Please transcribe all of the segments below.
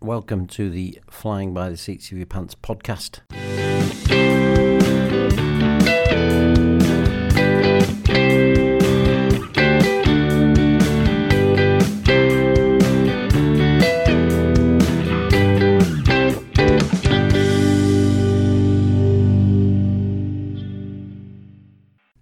Welcome to the Flying by the Seats of Your Pants podcast.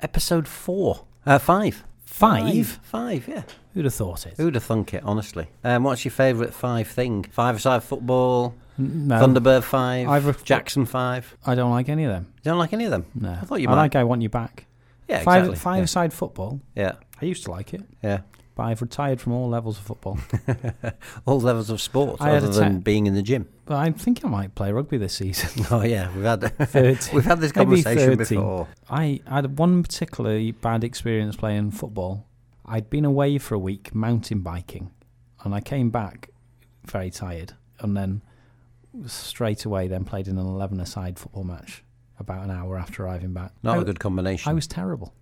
Episode four, uh, five. Five? Five, yeah. Who'd have thought it? Who'd have thunk it, honestly? Um, what's your favourite five thing? Five-a-side football, N- No, Thunderbird five, I've- Jackson five. I don't like any of them. You don't like any of them? No, I thought you I might. like. I want you back. yeah, five exactly. five side football. Yeah, I used to like it, yeah. but I've retired from all levels of football. yeah. All levels of sport, I had other a than ta- being in the gym. but I think I might play rugby this season. Oh yeah, we've had Thirteen. we've had this Maybe conversation 13. before. I had one particularly bad experience playing football. I'd been away for a week mountain biking, and I came back very tired, and then straight away then played in an eleven a side football match about an hour after arriving back. Not I, a good combination. I was terrible,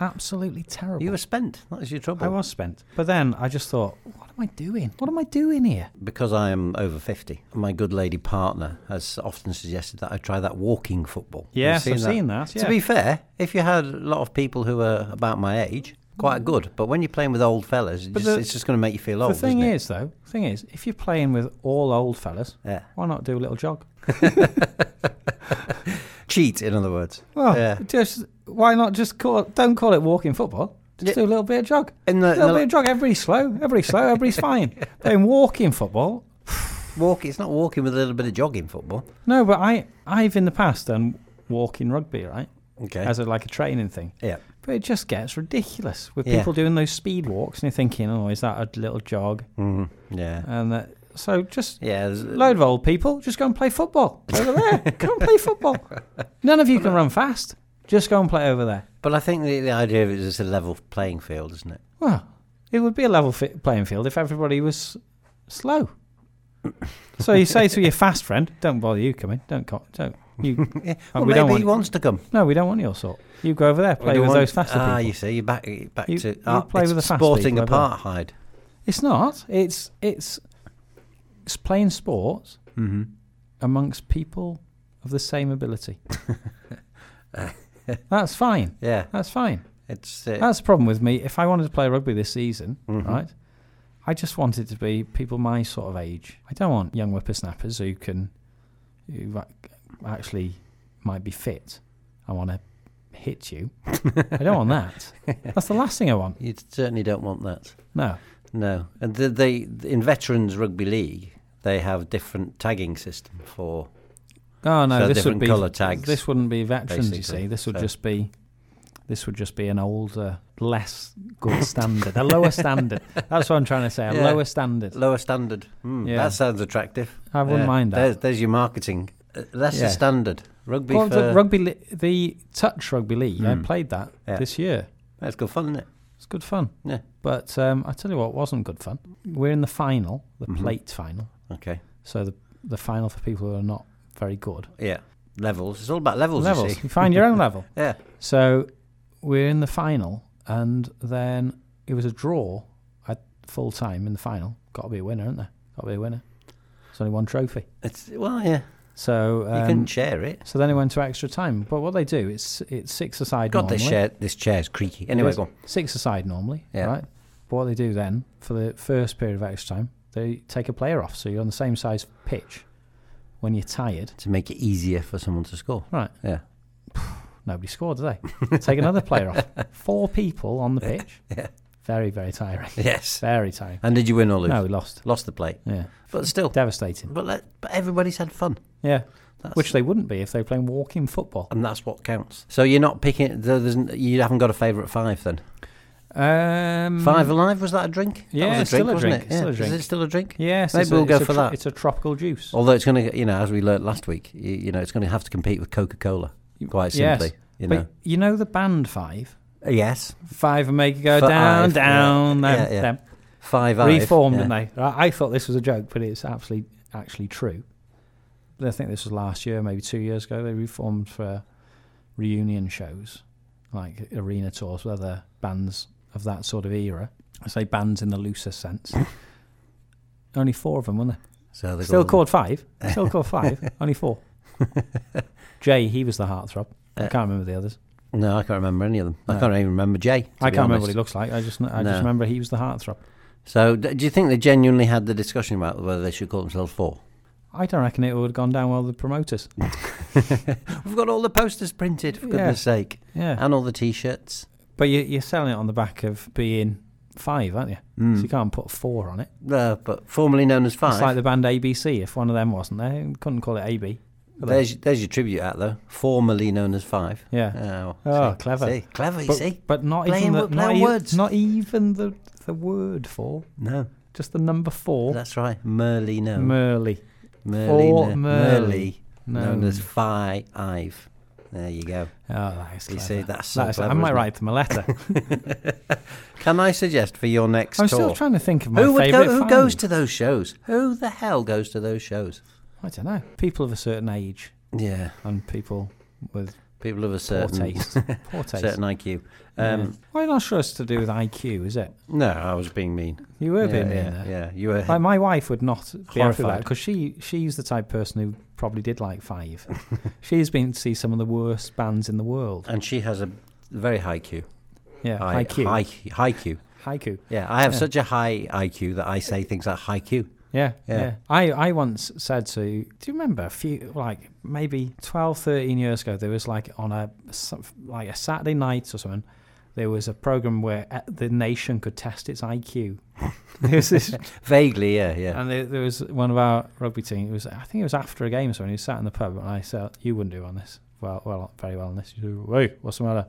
absolutely terrible. you were spent. That was your trouble. I was spent. But then I just thought, what am I doing? What am I doing here? Because I am over fifty, my good lady partner has often suggested that I try that walking football. Have you that. To be fair, if you had a lot of people who were about my age, quite good. But when you're playing with old fellas, it Mm. But just, the- it's just going to make you feel the old. thing isn't is, though, the thing is, if you're playing with all old fellas, it? yeah, why not do a little jog? cheat in other words. Well, Yeah. just why not just call? Don't call it walking football. Just Yeah. do a little bit of jog. In the, A in little the bit of jog. Everybody's slow. Everybody's slow. Everybody's fine. But in walking football, walk, it's not walking with a little bit of jogging football. no. But I, I've in the past done walking rugby, right, Okay. as a, like a training thing. Eh? yeah. But it just gets ridiculous with Yeah. people doing those speed walks, and you're thinking, oh, is that a little jog? Mhm. Yeah. And that, so just Yeah. there's- load of old people, just go and play football over there. go and play football. None of you can run fast. Just go and play over there. But I think the, the idea of it is a level playing field, isn't it? Well, it would be a level fi- playing field if everybody was slow. so you say to your fast friend, "Don't bother you coming. Don't come. Don't you? Yeah. Oh, Well, we maybe don't he want- wants to come. No, we don't want your sort. You go over there, We play don't with want- those faster Ah, people." you see, you're back, you're back You- to you ah, play it's with the fast sporting people, don't apartheid. It's not. It's it's it's playing sports Mm-hmm. amongst people of the same ability. That's fine. Yeah, That's fine. it's uh, That's the problem with me. If I wanted to play rugby this season, Mhm. right, I just want it to be people my sort of age. I don't want young whippersnappers who can, who ac- actually might be fit. I want to hit you. I don't want that. That's the last thing I want. you certainly don't want that. No. No, and the, they in veterans rugby league they have different tagging system for. Oh no, So this different would be colour tags, This wouldn't be veterans, you basically. see. This would So- just be, this would just be an older, less good standard, a lower standard. That's what I'm trying to say. A Yeah. lower standard. Lower standard. Hmm, Yeah. That sounds attractive. I wouldn't Yeah, mind that. There's, there's your marketing. Uh, that's Yeah. the standard. Rugby Well, for. the rugby, li- the touch rugby league. I Mm. played that Yeah. this year. That's good fun, isn't it? It's good fun. Yeah. But um, I tell you what, wasn't good fun. We're in the final, the Mhm. plate final. Okay. So the the final for people who are not very good. Yeah. Levels. It's all about levels. You Levels. see. You find your own level. Yeah. So we're in the final, and then it was a draw at full time in the final. Got to be a winner, isn't there? Got to be a winner. There's only one trophy. It's well, yeah. So you um, can share it. so then it went to extra time. But what they do, it's it's six aside. God, this normally. chair. This chair's creaky. It Anyway, is. go on. six aside normally, Yeah. right? But what they do then for the first period of extra time, they take a player off, so you're on the same size pitch. When you're tired, To make it easier for someone to score. right? Yeah. Nobody scored, do they? take another player off. Four people on the pitch. Yeah. Very, very tiring. Yes. Very tiring. And did you win or lose? No, we lost. Lost the plate, Yeah, but still. devastating. But let, but everybody's had fun. Yeah, That's, which they wouldn't be if they were playing walking football. and that's what counts. So you're not picking. there- There's, n- you haven't got a favourite five then. Um, Five alive was that a drink? Yeah, that was it's still a wasn't It? drink, it's still a drink. Is it still a drink? Yes, Maybe it's we'll a, go it's a for tro- that. Oh, It's a tropical juice. Although it's going to, you know, as we learnt last week, you, you know, it's going to have to compete with Coca Cola quite Yes, simply. You know. But you know the band Five. yes. Five and make it go Five, down, yeah. down, them, Yeah, yeah. them. Five. Ive, Reformed, yeah. didn't they? I I thought this was a joke, but it's actually actually true. I think this was last year, maybe two years ago. They reformed for reunion shows, like arena tours with other bands of that sort of era. I say bands in the looser sense. Only four of them, weren't there? So they Still go- called five. Still called five. Only four. Jay, he was the heartthrob. I Uh, can't remember the others. No, I can't remember any of them. I No. can't even remember Jay. to I be can't remember what honest. he looks like. I just I No. just remember he was the heartthrob. So, d- do you think they genuinely had the discussion about whether they should call themselves four? I don't reckon it would have gone down well with the promoters. We've got all the posters printed, for Yeah. goodness sake, Yeah. and all the T-shirts. But you, you're selling it on the back of being five, aren't you? Mm. So you can't put four on it. Uh, but formerly known as Five. It's like the band ABC. If one of them wasn't there, you couldn't call it AB. could they? there's, there's your tribute act, though. Formerly known as Five. Yeah. Oh, Oh, see, clever. See, clever, you but, see? but not Playing even the, with- not, playing e- words. not even the the word for No, just the number four. that's right. Merly known. Merly. Merly, kno- Four Merly known No. as Five. There you go. Oh, that is You clever. see, that's so That is- I clever, might isn't it? write them a letter. Can I suggest for your next I'm tour? still trying to think of my who would go, favourite who five. goes to those shows? Who the hell goes to those shows? I don't know. People of a certain age Yeah, and people with people of a poor certain taste. Poor taste. certain IQ. Yeah. Um, Well, not sure it's to do with IQ, is it? No, I was being mean. You were yeah, being mean yeah, there. yeah, you were. Like my wife would not be happy with that Horrified. because she she's the type of person who probably did like five. she's been to see some of the worst bands in the world. and she has a very high Q. Yeah, High, IQ, High, high Q. haiku. Yeah, I have Yeah. such a high IQ that I say things like high Q. Yeah, yeah. Yeah. I, I once said to, do you remember a few, like maybe 12, 13 years ago, there was like on a, some- like a Saturday night or something, there was a program where uh, the nation could test its IQ. There was this- Vaguely, yeah, yeah. and there, there was one of our rugby team, it was, I think it was after a game or something, he sat in the pub and I said, you wouldn't do on this. Well, well, not very well on this. He said, hey, what's the matter?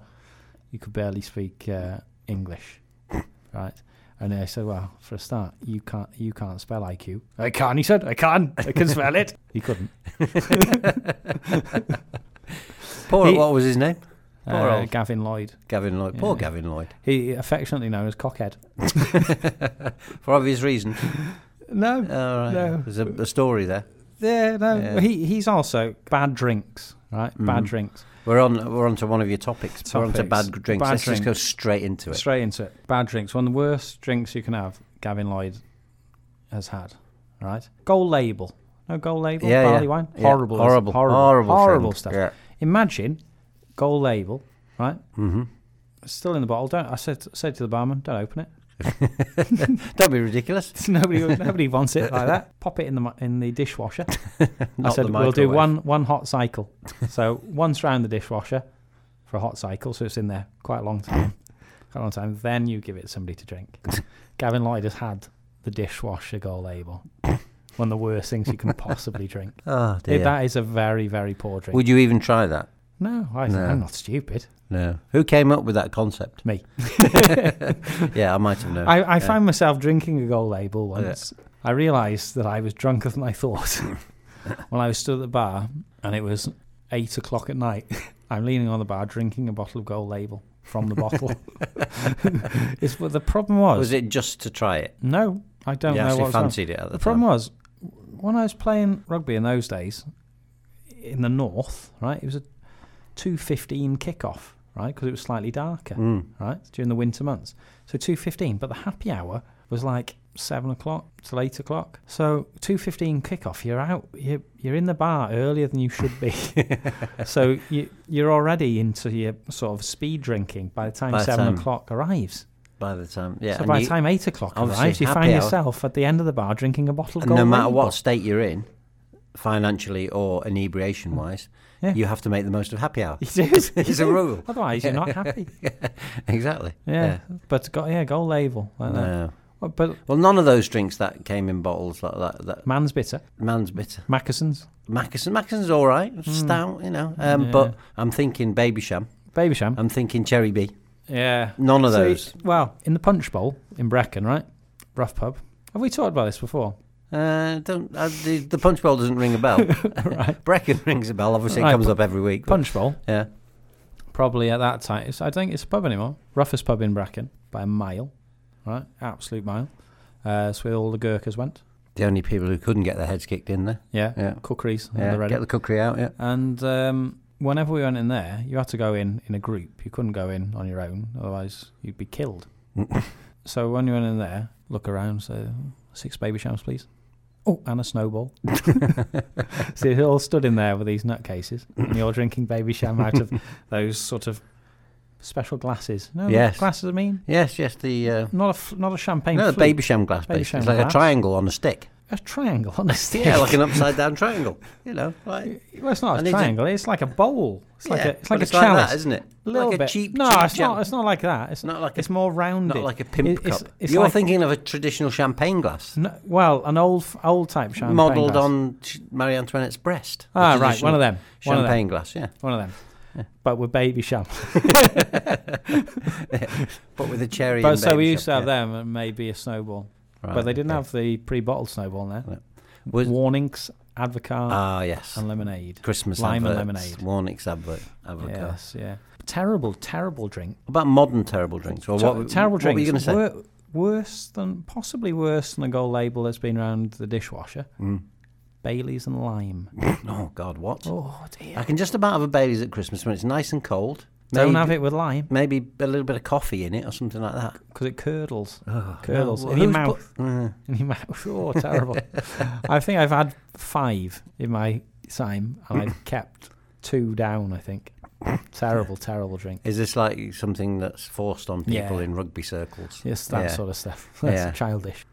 You could barely speak uh, English, right? And I said, "Well, for a start, you can't you can't spell IQ." I can, he said. I can. I can spell it. He couldn't. Poor, he- what was his name? Poor Uh, old- Gavin Lloyd. Gavin Lloyd. Poor Yeah. Gavin Lloyd. He affectionately known as Cockhead. For obvious reasons. No, All right. No. There's a, a story there. yeah, no. Yeah. He he's also bad drinks, right? Bad Mhm. drinks. We're on. We're on to one of your topics. We're on to Topics. bad drinks. Bad Let's just go drinks. straight into it. Straight into it. Bad drinks. One of the worst drinks you can have. Gavin Lloyd has had, right? Gold label. No gold label. Yeah, barley yeah. wine. Yeah. Horrible. isn't it? horrible, Horrible. horrible, thing. stuff. Yeah. Imagine gold label, right? hmm Still in the bottle. Don't I said said to the barman, don't open it. Don't be ridiculous. nobody nobody wants it like that. Pop it in the mi- in the dishwasher. I Not said the we'll do microwave. one one hot cycle. So once round the dishwasher for a hot cycle, so it's in there quite a long time, quite a long time. Then you give it to somebody to drink. Gavin Lloyd has had the dishwasher gold label. One of the worst things you can possibly drink. Oh dear. That is a very, very poor drink. Would you even try that? no, I, No. I'm not stupid. No. Who came up with that concept? Me. Yeah, I might have known. I, I found myself drinking a gold label Yeah. once. I realised that I was drunker than I thought when I was stood at the bar and it was eight o'clock at night. I'm leaning on the bar drinking a bottle of gold label from the bottle. it's, but the problem was, was it just to try it? no, I don't you know actually what was on. fancied it at the, The problem time. was when I was playing rugby in those days in the north, right? It was a two fifteen kickoff, right? Because it was slightly darker Mm. right? During the winter months. So two fifteen, but the happy hour was like seven o'clock till eight o'clock. So two fifteen kickoff, you're out, you're, you're in the bar earlier than you should be. so you, you're already into your sort of speed drinking by the time By the seven time- o'clock arrives. By the time, yeah. so and by you- the time eight o'clock obviously arrives, you happy find hour- yourself at the end of the bar drinking a bottle of and gold. no matter label. what state you're in, financially or inebriation wise, Yeah. you have to make the most of happy hour. you do, you It's a do. rule. Otherwise, you're not happy. exactly. Yeah, but got yeah, gold label. Yeah. Like that. No. Well, But Well, none of those drinks that came in bottles like that. that man's bitter, man's bitter. Mackeson's, Mackeson. Mackeson's all right. Stout, you know. Um, But Hmm. Yeah. I'm thinking Baby Sham. Baby Sham. I'm thinking Cherry B. Yeah. None of So, those. well, in the Punch Bowl in Brecon, right? Rough pub. Have we talked about this before? Uh, don't uh, the, the punch bowl doesn't ring a bell. right. Brecon rings a bell. Obviously, Right, it comes pu- up every week. but- Punch Bowl, yeah. probably at that time. It's, I don't think it's a pub anymore. Roughest pub in Brecon by a mile, right? Absolute mile. Uh, it's where all the Gurkhas went. The only people who couldn't get their heads kicked in there. Yeah. Yeah. Cookeries. on Yeah. the ready. Get the cookery out. Yeah. And um, whenever we went in there, you had to go in in a group. You couldn't go in on your own, otherwise you'd be killed. so when you went in there, look around, say, six baby shams, please. Oh, and a snowball. so you're all stood in there with these nutcases, and you're drinking baby sham out of those sort of special glasses. No, not Yes. glasses. I mean, Yes, yes, the uh, not a f- not a champagne. no, the flute. baby sham glass. Baby Baby sham it's like glass. a triangle on a stick. A triangle, honestly. Yeah, like an upside down triangle. You know, like well, it's I not need a to- triangle. It's like a bowl. It's like yeah, a it's but like a chalice. that, isn't it? a little like bit. a cheap, no, cheap it's jam. not. It's not like that. It's Not like a- It's more rounded. Not like a pimp It- cup. it's- it's You're like- thinking of a traditional champagne glass, No, well, an old old type champagne. modelled glass. on Ch- Marie Antoinette's breast. A Ah, right, traditional one of them. One of them. Champagne glass, yeah, One of them. But with baby sham. but with a cherry. But and so we baby used to sham, have yeah. them and maybe a snowball. Right, but they didn't okay. have the pre-bottled snowball there. Was- Warnings, Advocard, Ah, yes. and lemonade. Christmas lime and adverts, lemonade. Warnick's advert. advert cover. Yes, yeah. Terrible, terrible drink. What About modern terrible drinks. Well, Ter- what, terrible what drinks. were you going to say? Wor- worse than possibly worse than a gold label that's been around the dishwasher. Bailey's and lime. Mm. oh God, what? Oh dear. I can just about have a Bailey's at Christmas when it's nice and cold. Don't maybe, have it with lime Maybe a little bit of coffee in it or something like that. because it curdles. Oh, Curdles no, in your who's mouth. put- Mm. in your mouth. Oh, terrible. I think I've had five in my time and I've kept two down, I think. Terrible, terrible drink. is this like something that's forced on people Yeah. in rugby circles? Yes, that Yeah. sort of stuff. That's Yeah. childish.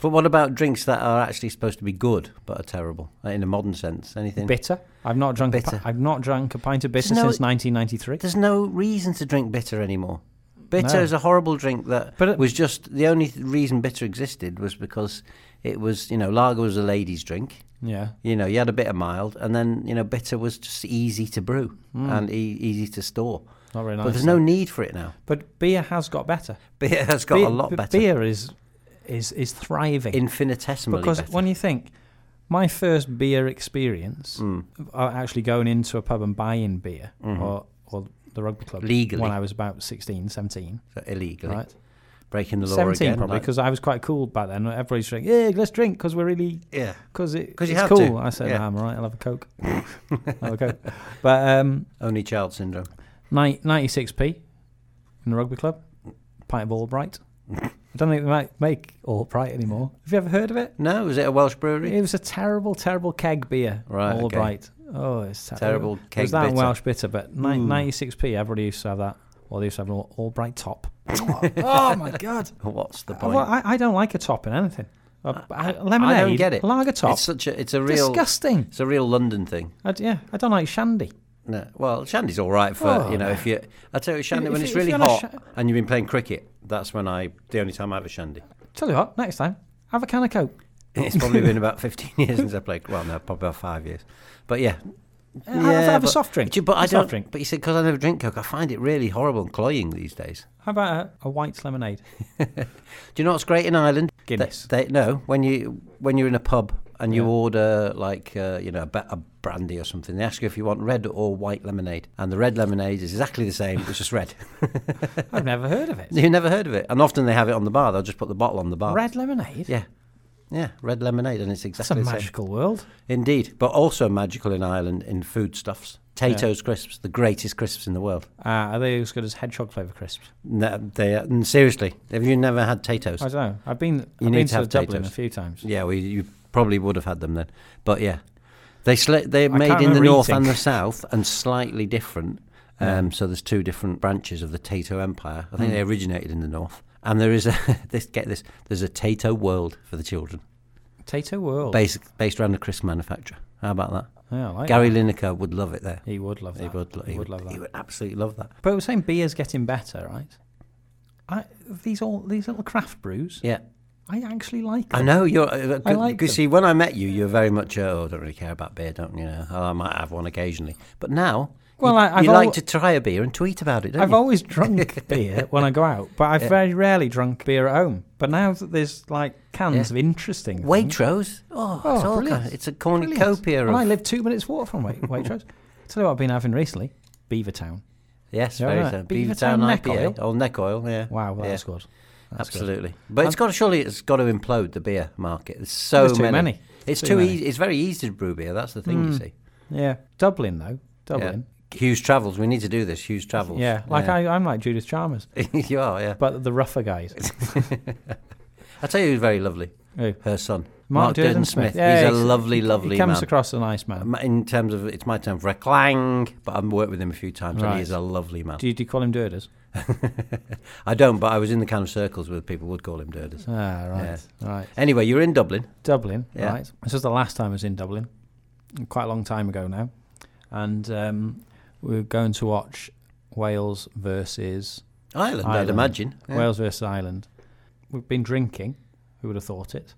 But what about drinks that are actually supposed to be good but are terrible like in a modern sense? Anything? Bitter. I've not drunk. A Bitter. pi- I've not drank a pint of bitter no- since 1993. There's no reason to drink bitter anymore. Bitter No. is a horrible drink that But it- was just the only th- reason bitter existed was because it was you know lager was a lady's drink. Yeah. You know you had a bit of mild, and then you know bitter was just easy to brew and e- easy to store. Not very Hmm. nice. But there's no need for it now. But beer has got better. Beer has got beer, a lot b- better, Beer is is is thriving. infinitesimally because better. when you think my first beer experience Hmm. of uh, actually going into a pub and buying beer or, or the rugby club Mm-hmm. Legally. when i was about 16 17 So illegally right breaking the law 17 again, probably like- because i was quite cool back then everybody's like yeah let's drink because we're really yeah, because it, 'Cause you it's have cool to, i said yeah. nah, i'm all right i'll have a coke I'll have a coke but um only child syndrome. ni- 96p in the rugby club pint of albright i don't think they might make albright anymore have you ever heard of it No, is it a Welsh brewery? It was a terrible, terrible keg beer. Right, All okay. right. Oh, it's ter- Terrible It keg was that and bitter. Welsh bitter, but ni- 96p, everybody used to have that. Or they used to have an all, all bright top. oh, oh, my God. What's the point? Well, I, I don't like a top in anything. A, a lemonade, I don't get it. lager top. It's such a it's a real Disgusting. it's a real London thing. I d- yeah, I don't like shandy. No, well, shandy's all right for Oh, you know no. if you. I tell you, shandy If- when if it's you- if really you're on a hot sha- and you've been playing cricket. That's when I the only time I have a shandy. Tell you what, next time, have a can of Coke. It's probably been about fifteen years since I played. Well, no, probably about five years. But yeah, Uh, have- have, a but- soft drink. But, you- but I A soft don't. drink. But you said because I never drink coke, I find it really horrible and cloying these days. How about a, a white lemonade? Do you know what's great in Ireland? They- Guinness. They, no, when you when you're in a pub and you Yeah. order like uh, you know a, ba- a brandy or something, they ask you if you want red or white lemonade, and the red lemonade is exactly the same. It's just red. I've never heard of it. You've never heard of it, and often they have it on the bar. They'll just put the bottle on the bar. Red lemonade? Yeah, yeah, red lemonade, and it's That's a exactly the same. magical world. Indeed, but also magical in Ireland in foodstuffs. Tato's crisps, the greatest crisps in the world. Uh, are they as good as hedgehog flavour crisps? No, they are, and seriously, have you never had Tato's? I don't know. I've been, You need I've been to to, have Dublin a potatoes. few times. Yeah, well, you probably would have had them then. But yeah, they sli- they're I made can't in the remember north eating. and the south and slightly different. Yeah. Hmm. Um, So there's two different branches of the Tato Empire. I think they originated in the north. And there is a this get this there's a Tato world for the children, Potato World. based based around a crisp manufacturer. How about that? yeah, Oh. I like Gary Lineker would love it there. that. He would love that. He would, lo- he would love He that. would absolutely love that. But we're saying beer's getting better, right? I, these all these little craft brews, Yeah, I actually like I them. know you're. Uh, I c- like c- them. see, when I met you, you were very much. uh, Oh, I don't really care about beer, don't you? know? Oh, I might have one occasionally, but now, Well, you, I- I've you like al- to try a beer and tweet about it, don't I've you? always drunk beer when I go out, but I've very rarely drunk beer at home. But now that there's like cans Yeah. of interesting things- Waitrose. Oh, Oh, it's all brilliant. kind of- it's a Brilliant. cornucopia. And I Of, live two minutes walk from Wait- Waitrose. Tell you what I've been having recently, Beaver Town. yes, Yeah, very right. so. Beavertown Beavertown neck IPA, oil. old neck oil. Yeah, Wow, well, yeah, that's good. That's good. Um, absolutely. But it's got to, surely it's got to implode the beer market. There's so There's too many. It's Too too, many. Hmm. easy. It's very easy to brew beer. That's the thing you see. Yeah, Dublin though. Dublin. Hughes Travels. We need to do this. Hughes Travels. Yeah, like I, I'm like Judith Chalmers, you are. Yeah. but the rougher guys. I tell you, who's very lovely. Who? Her son, Mark Durden, Durden Smith. Smith. Yeah, he's a he's- lovely, lovely he comes man. across a nice man. Um, In terms of, it's my term for a clang, but I've worked with him a few times, and Right. he is a lovely man. Do you, do you call him Durders? I don't, but I was in the kind of circles where people would call him Durders. Ah, right, right. Anyway, you're in Dublin. Dublin, Yeah. right? This was the last time I was in Dublin, quite a long time ago now, and um, we were going to watch Wales versus Ireland, I'd Ireland. imagine. Yeah. Wales versus Ireland. We've been drinking. Who would have thought it?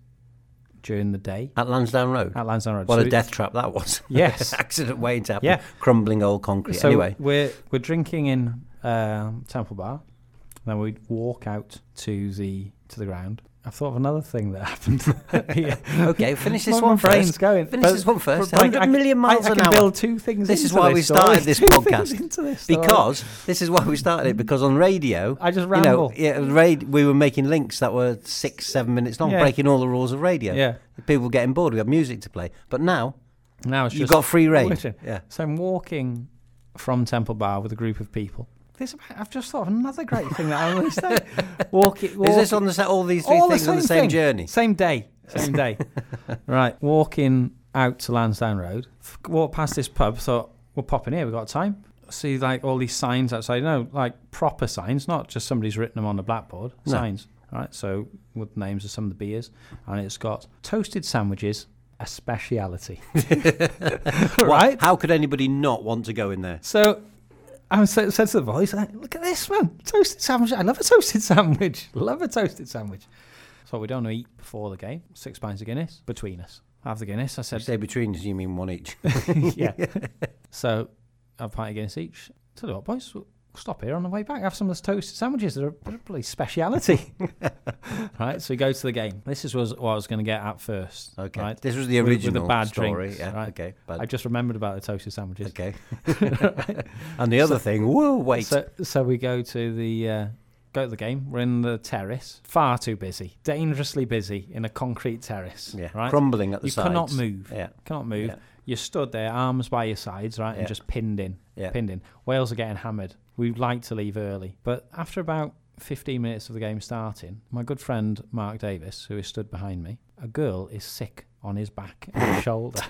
During the day At Lansdowne Road. at Lansdowne Road. what So a it- death trap that was. Yes. Accident waiting to happen. Yeah. Crumbling old concrete. So anyway, we're we're drinking in um, Temple Bar, then we walk out to the to the ground. I thought of another thing that happened. yeah. okay, finish this My- my one brain's first. going. Finish But- this one first. but I- 100 million I- miles I, an can hour. build two things. This is into why we this, don't I? started this Two things podcast. into this, don't I? Because this is why we started it. Because on radio, I just you know, ramble. yeah, radio, we were making links that were six, seven minutes long, Yeah. breaking all the rules of radio. yeah. People were getting bored. We had music to play, but now Now it's you've just got free reign. Listen. Yeah. so I'm walking from Temple Bar with a group of people. This I've just thought of another great thing that I always say. Walking. Is this on the set? All these three All the things on the same same thing. journey. Same day. Same day. right. Walking out to Lansdowne Road, f- walked past this pub, thought, we're popping here, we've got time. See, like, all these signs outside, no, like proper signs, not just somebody's written them on a blackboard, No. signs. All right. So, with names of some of the beers, and it's got toasted sandwiches, a speciality. right? How could anybody not want to go in there? So I said, said to the boys, like, look at this, man. Toasted sandwich. I love a toasted sandwich. Love a toasted sandwich. So we don't eat before the game. Six pints of Guinness between us. Have the Guinness. I You said, say between us, you mean one each. yeah. so have a pint of Guinness each. Tell you what, boys, we'll stop here on the way back. Have some of those toasted sandwiches. They're a bloody speciality. right. So we go to the game. This is was what I was going to get at first. Okay. Right. This was the With- with original the bad story. drinks, yeah. right. Okay. I Bad. just remembered about the toasted sandwiches. Okay. and the other thing, whoa, wait. So, so we go to the uh, go to the game. We're in the terrace. Far too busy, dangerously busy in a concrete terrace. yeah. right. Crumbling at the you sides. cannot move. Yeah. Cannot move. Yeah. You're stood there, arms by your sides, right, Yeah. and just pinned in. Yeah. Pinned in. Wales are getting hammered. We'd like to leave early, but after about 15 minutes of the game starting, my good friend Mark Davis, who is stood behind me, a girl is sick on his back and his shoulder.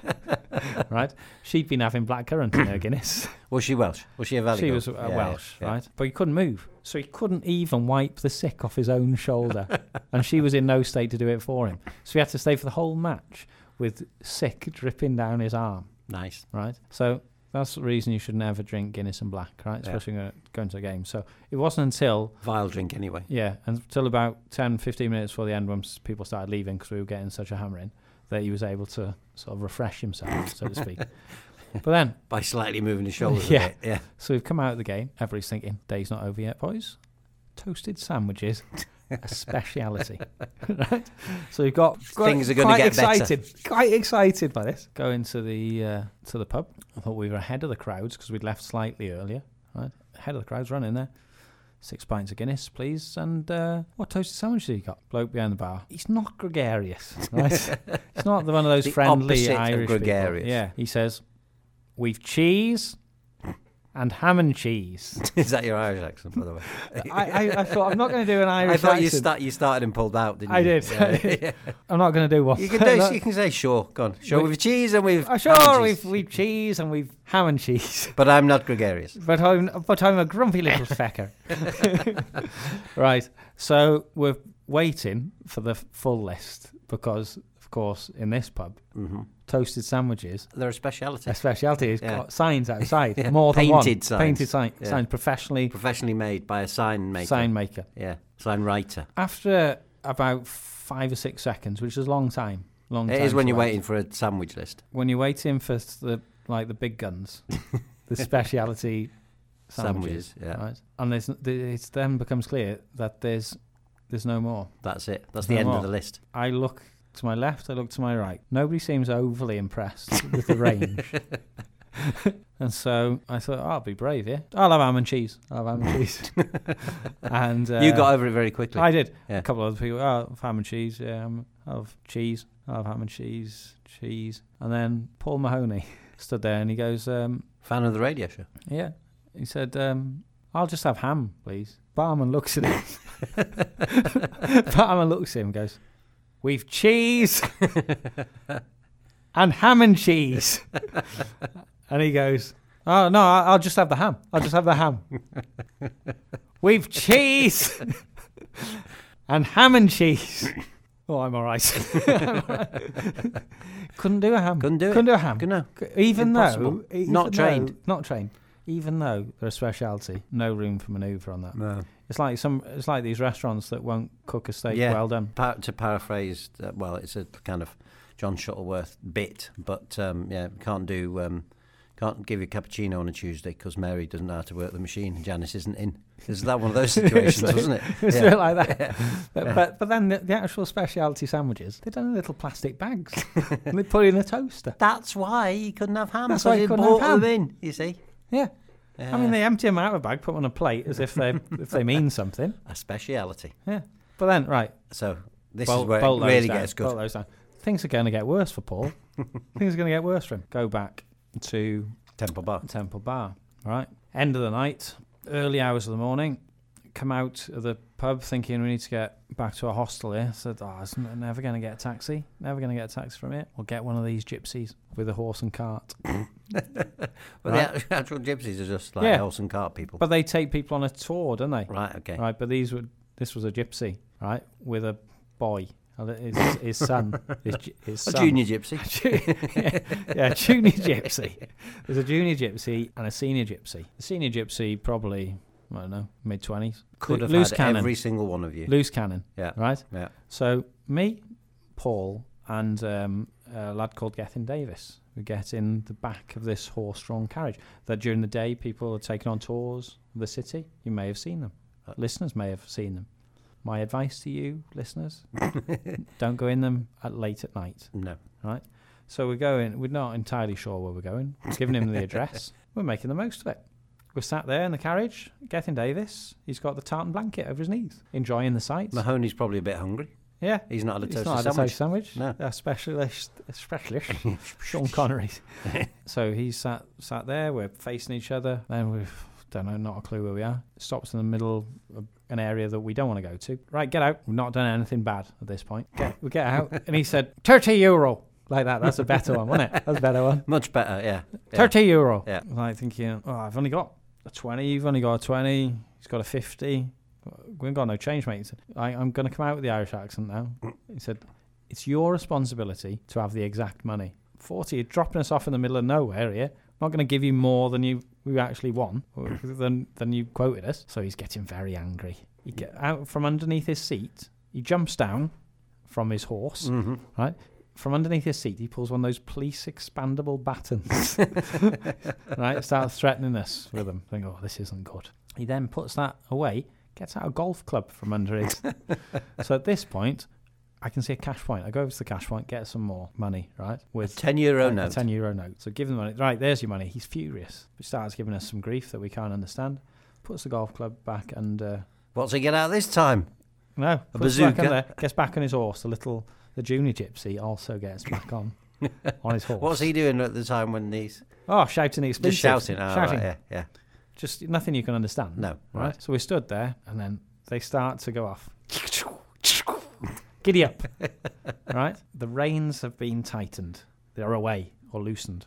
right? She'd been having blackcurrant in her Guinness. Was she Welsh? Was she a Valley She girl? was uh, Yeah, yeah, Welsh, yeah. right? But he couldn't move. So he couldn't even wipe the sick off his own shoulder. and she was in no state to do it for him. So he had to stay for the whole match with sick dripping down his arm, Nice. right? So that's the reason you should never drink Guinness and black, right? Yeah. Especially when you're going to a game. So it wasn't until, Vile drink, anyway. yeah, until about 10, 15 minutes before the end when s- people started leaving because we were getting such a hammering that he was able to sort of refresh himself, so to speak. But then By slightly moving his shoulders Yeah. a bit. Yeah. so we've come out of the game. Everybody's thinking, day's not over yet, boys. Toasted sandwiches, a speciality. right? So we've got Things are gonna quite get excited, quite excited by this. Going to the uh, to the pub. I thought we were ahead of the crowds because we'd left slightly earlier. Right, ahead of the crowds, running there. Six pints of Guinness, please. And uh, what toasted sandwich have you got? Bloke behind the bar. He's not gregarious. Right? He's not the one of those The friendly opposite of Irish gregarious. People. Yeah. He says, "We've cheese and ham and cheese." is that your Irish accent, by the way? I, I, I thought I'm not going to do an Irish I thought you, accent. start, you started and pulled out, didn't I you? did. Yeah. I'm not going to do one. you, can do, you can say, sure, go on. Sure, We- with cheese and with. ham I'm sure and we've cheese. we've cheese and we've ham and cheese, But I'm not gregarious. but I'm but I'm a grumpy little fecker. right. So we're waiting for the f- full list because, of course, in this pub, hmm toasted sandwiches. They're a speciality. A speciality has Yeah. got signs outside, Yeah, more than one. painted signs. Painted sign, Yeah. signs, professionally Professionally made by a sign maker. sign maker. Yeah, sign writer. After about five or six seconds, which is a long time, long It time is when to you're wait. waiting for a sandwich list. when you're waiting for s- the like the big guns, the speciality sandwiches, Sandwiches, yeah. right? And there's, n- th- it then becomes clear that there's there's no more. That's it. That's the No end more. of the list. I look to my left, I look to my right. Nobody seems overly impressed with the range. and so I thought, "Oh, I'll be brave here. I'll have ham and cheese. I'll have ham and cheese. and uh, you got over it very quickly. I did. Yeah. A couple of other people. Oh, I'll have ham and cheese. Yeah, um, I'll have cheese. I'll have ham and cheese. Cheese. And then Paul Mahoney stood there and he goes, um, Mm. Fan of the radio show. "Yeah." He said, um, "I'll just have ham, please." Barman looks at him. Barman looks at him and goes, We've cheese and ham and cheese. and he goes, Oh, no, I- I'll just have the ham. I'll just have the ham. We've cheese and ham and cheese. Oh, I'm all right. I'm all right. Couldn't do a ham. Couldn't do it. Couldn't do a ham. Good no. C- even Impossible. though e-, even Not trained. though- not trained. Even though they're a speciality, no room for manoeuvre on that. No. It's like some, it's like these restaurants that won't cook a steak Yeah. well done. Pa- to paraphrase, uh, well, it's a kind of John Shuttleworth bit, but um, yeah, can't do, um, can't give you a cappuccino on a Tuesday because Mary doesn't know how to work the machine. and Janice isn't in. Is that one of those situations, It's like- wasn't it? It's Yeah. a bit like that. But, but but then the, the actual speciality sandwiches, they're done in little plastic bags and they put in a toaster. That's why he couldn't have ham. That's That's why why he he couldn't bought have ham. them in. You see, Yeah. I mean, Yeah. they empty them out of a bag, put them on a plate as if they if they mean something. a speciality. Yeah. But then right, So this bolt, is where bolt it those really down, gets bolt good. those down. Things are going to get worse for Paul. Things are going to get worse for him. Go back to Temple Bar. Temple Bar. Right. End of the night, early hours of the morning. Come out of the pub thinking we need to get back to a hostel here. Said, oh, it's n- never going to get a taxi. Never going to get a taxi from here. We'll get one of these gypsies with a horse and cart. Well, Right. the act- actual gypsies are just like Yeah. horse and cart people. But they take people on a tour, don't they? right. Okay. Right. But these were this was a gypsy, right, with a boy, a li- his, his son, his, gy- his A son. junior gypsy. Ju- yeah, yeah, junior gypsy. There's a junior gypsy and a senior gypsy. The senior gypsy probably I don't know mid twenties. Could have loose had cannon. every single one of you. Loose cannon. Yeah. Right. Yeah. So me, Paul, and um, a lad called Gethin Davis. We get in the back of this horse-drawn carriage. That during the day, people are taking on tours of the city. You may have seen them. Uh, listeners may have seen them. My advice to you, listeners, don't go in them at late at night. No. So we're going, we're not entirely sure where we're going. We've given him the address. We're making the most of it. We're sat there in the carriage, Gethin Davis. He's got the tartan blanket over his knees, enjoying the sight. Mahoney's probably a bit hungry. Yeah. He's not had a It's toast not a sandwich. toast sandwich. No. A specialist, a specialist, Sean Connery. so he's sat sat there. We're facing each other. Then we don't know, not a clue where we are. Stops in the middle of an area that we don't want to go to. Right, get out. We've not done anything bad at this point. Get, we get out, and he said thirty euro like that. That's a better one, wasn't it? That's a better one. Much better. Yeah. Yeah. 30 euro. Yeah. Like thinking, oh, I've only got a 20, you've only got a 20, he's got a 50. We ain't got no change, mate. He said, I, I'm going to come out with the Irish accent now. He said, it's your responsibility to have the exact money. 40, you're dropping us off in the middle of nowhere here. I'm not going to give you more than you we actually won, or than, than you quoted us. So he's getting very angry. He get out from underneath his seat. He jumps down from his horse Mhm. from underneath his seat, he pulls one of those police expandable batons. Mm-hmm. right, starts threatening us with them. Think, oh, this isn't good. He then puts that away, gets out a golf club from under his. so at this point, I can see a cash point. I go over to the cash point, get some more money, right? With Ten euro a- note. A 10 euro note. So give him the money. Right, there's your money. He's furious. He starts giving us some grief that we can't understand. Puts the golf club back and. Uh, What's he get out this time? no, A puts back on bazooka. there, gets back on his horse. The little, the junior gypsy also gets back on on his horse. What's he doing at the time when he's Oh, shouting the expletives. just shouting? Oh, right, yeah, yeah. Just nothing you can understand. No, Right. right. So we stood there, and then they start to go off. Giddy up. right. The reins have been tightened. They're away or loosened,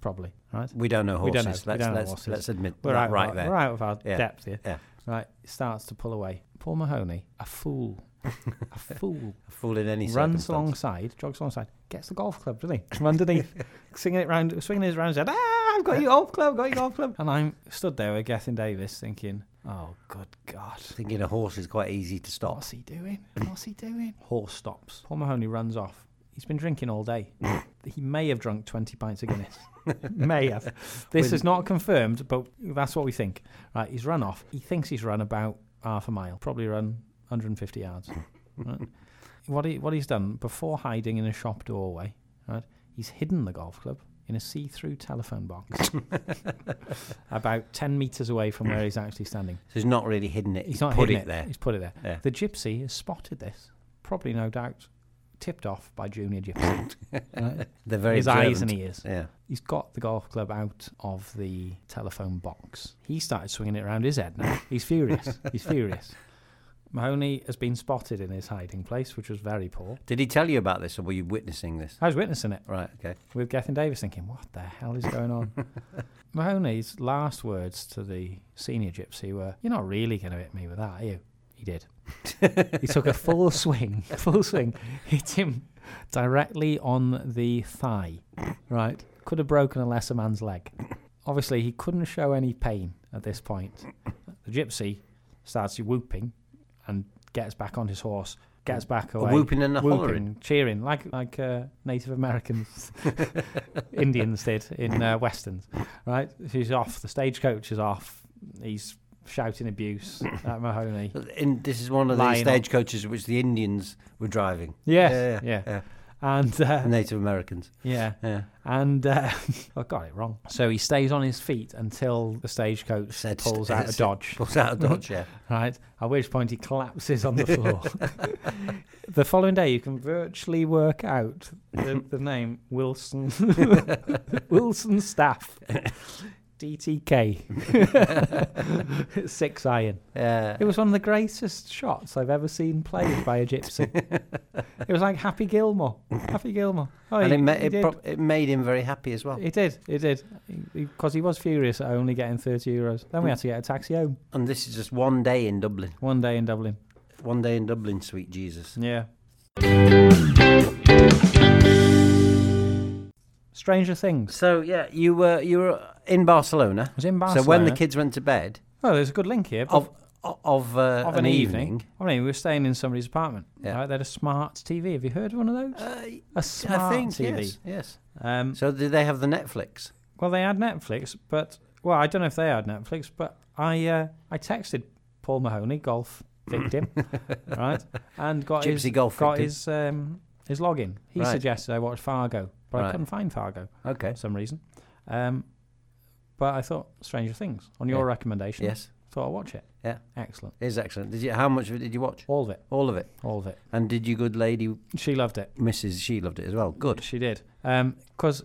probably. Right. We don't know We horses. don't know. We Let's don't know let's horses. let's admit We're that out. of right our, there. We're out of our Yeah. depth here. Yeah. Right. Starts to pull away. Paul Mahoney, a fool. a fool. A fool in any runs circumstance. alongside, jogs alongside, gets the golf club, doesn't he? From underneath, singing it round, swinging his round, said, "Ah, I've got your golf club, got your golf club." And I'm stood there with Gethin Davis, thinking, "Oh, good God, Thinking a horse is quite easy to stop. what's he doing? What's he doing?" Horse stops. Paul Mahoney runs off. He's been drinking all day. he may have drunk twenty pints of Guinness. may have. This With- is not confirmed, but that's what we think. Right, he's run off. He thinks he's run about half a mile, probably run 150 yards. Right? what he what he's done before hiding in a shop doorway, right? He's hidden the golf club in a see-through telephone box, about 10 meters away from where he's actually standing. So he's not really hidden it. He's He's not put hidden it there. He's put it there. Yeah. The gypsy has spotted this, probably no doubt. tipped off by Junior Gypsy. Right? They're very His eyes and observant. ears. Yeah. He's got the golf club out of the telephone box. He started swinging it around his head now. He's furious. He's furious. Mahoney has been spotted in his hiding place, which was very poor. Did he tell you about this, or were you witnessing this? I was witnessing it Right. Okay. with Gethin Davis thinking, what the hell is going on? Mahoney's last words to the senior gypsy were, You're not really going to hit me with that, are you? He did. he took a full swing, full swing, hit him directly on the thigh. Right. Could have broken a lesser man's leg. Obviously, he couldn't show any pain at this point. The gypsy starts whooping and gets back on his horse, gets back A away whooping and a hollering. whooping, cheering, like like uh, Native Americans, Indians did in uh, westerns, right? She's off. The stagecoach is off. He's shouting abuse at Mahoney. And this is one of the Lying on- stagecoaches which the Indians were driving. Yes, Yeah, yeah, yeah, yeah. and uh, Native Americans. yeah, Yeah. and uh, I got it wrong. So he stays on his feet until the stagecoach Said st- pulls out a said- dodge. Pulls out a dodge. Yeah. right? At which point he collapses on the floor. the following day, you can virtually work out the, the name Wilson Wilson Staff DTK six iron. Yeah. It was one of the greatest shots I've ever seen played by a gypsy. it was like Happy Gilmore. Happy Gilmore. Oh, and he- it, ma- he it, did. prob- it made him very happy as well. He did, he did, because he was furious at only getting 30 euros. Then Mm. we had to get a taxi home And this is just one day in Dublin. one day in Dublin. One day in Dublin, sweet Jesus. Yeah. Stranger Things. So yeah, you were you were in Barcelona. I was in Barcelona. So when the kids went to bed oh, there's a good link here. but- of of, of, uh, of an, evening. I mean, we were staying in somebody's apartment. Yeah. Right, they had a smart TV. Have you heard of one of those? Uh, A smart I think TV. yes, yes. Um, So did they have the Netflix? well, they had Netflix, but well, I don't know if they had Netflix, but I uh, I texted Paul Mahoney, golf victim, right, and got his Gypsy golf. got victim. his um, his login. He Right. suggested I watch Fargo, but I Right. couldn't find Fargo. Okay. for some reason. Um, but I thought Stranger Things on your Yeah. recommendation. Yes, Thought I'll watch it. Yeah. Excellent. it is excellent. Did you? How much of it did you watch? All of it. All of it. All of it. And did you, good lady, She loved it. Mrs. She loved it as well. Good. She did. Because